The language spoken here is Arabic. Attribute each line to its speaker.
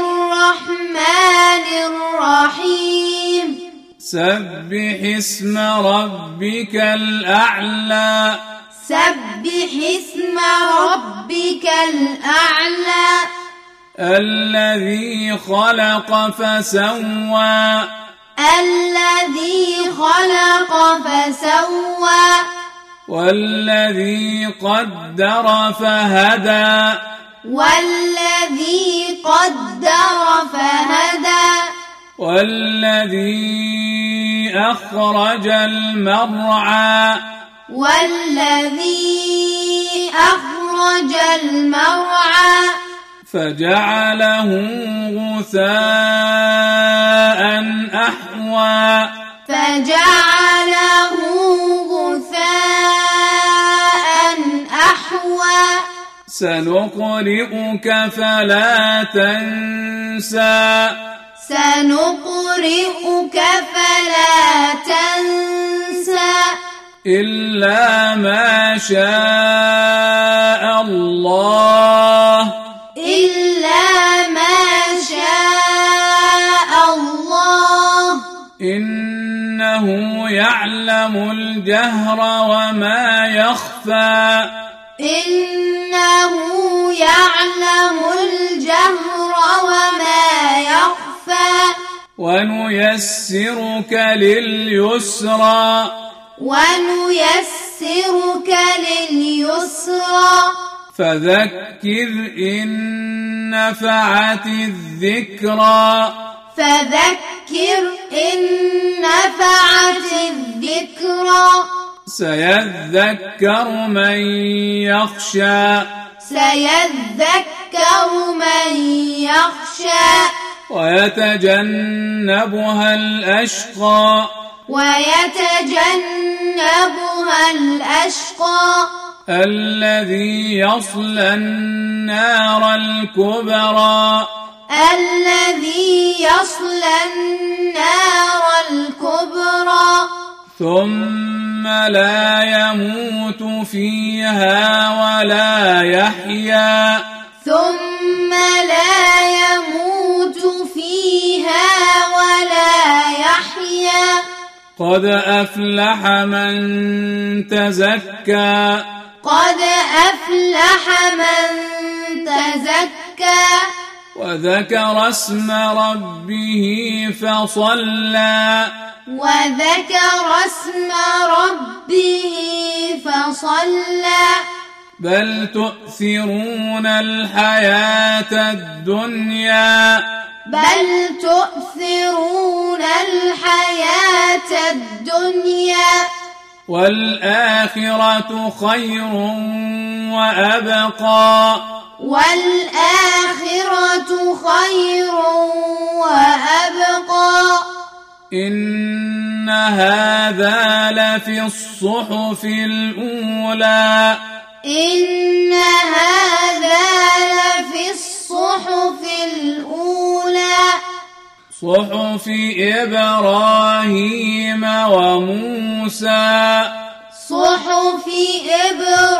Speaker 1: الرحمن الرحيم
Speaker 2: سبح اسم ربك الأعلى
Speaker 1: سبح اسم ربك الأعلى
Speaker 2: الذي خلق فسوى
Speaker 1: الذي خلق فسوى
Speaker 2: والذي قدر فهدى
Speaker 1: والذي قدر فهدى
Speaker 2: والذي أخرج المرعى
Speaker 1: والذي أخرج المرعى
Speaker 2: فجعله غثاء أحوى
Speaker 1: فجعله غثاء أحوى
Speaker 2: سنقرئك فلا تنسى
Speaker 1: سنقرئك فلا تنسى
Speaker 2: إلا ما شاء الله
Speaker 1: إلا ما شاء الله
Speaker 2: إنه يعلم الجهر وما يخفى
Speaker 1: إنه يعلم الجهر وما يخفى
Speaker 2: ونيسرك لليسرى
Speaker 1: ونيسرك لليسرى
Speaker 2: فذكر إن نفعت الذكرى
Speaker 1: فذكر إن نفعت الذكرى
Speaker 2: سيذكر من يخشى
Speaker 1: سيذكر من يخشى
Speaker 2: ويتجنبها الأشقى
Speaker 1: ويتجنبها الأشقى
Speaker 2: الذي يصلى النار الكبرى
Speaker 1: الذي يصلى النار الكبرى
Speaker 2: ثم لا يموت فيها ولا يحيا
Speaker 1: ثم لا يموت فيها ولا يحيا
Speaker 2: قد أفلح من تزكى
Speaker 1: قد أفلح من تزكى
Speaker 2: وذكر اسم ربه فصلى
Speaker 1: وذكر اسم ربه فصلى
Speaker 2: بل تؤثرون الحياة الدنيا
Speaker 1: بل تؤثرون الحياة الدنيا
Speaker 2: والآخرة خير وأبقى
Speaker 1: والآخرة خير وأبقى
Speaker 2: إن هذا لفي الصحف الأولى
Speaker 1: إن هذا لفي الصحف الأولى
Speaker 2: صحف إبراهيم وموسى
Speaker 1: صحف إبراهيم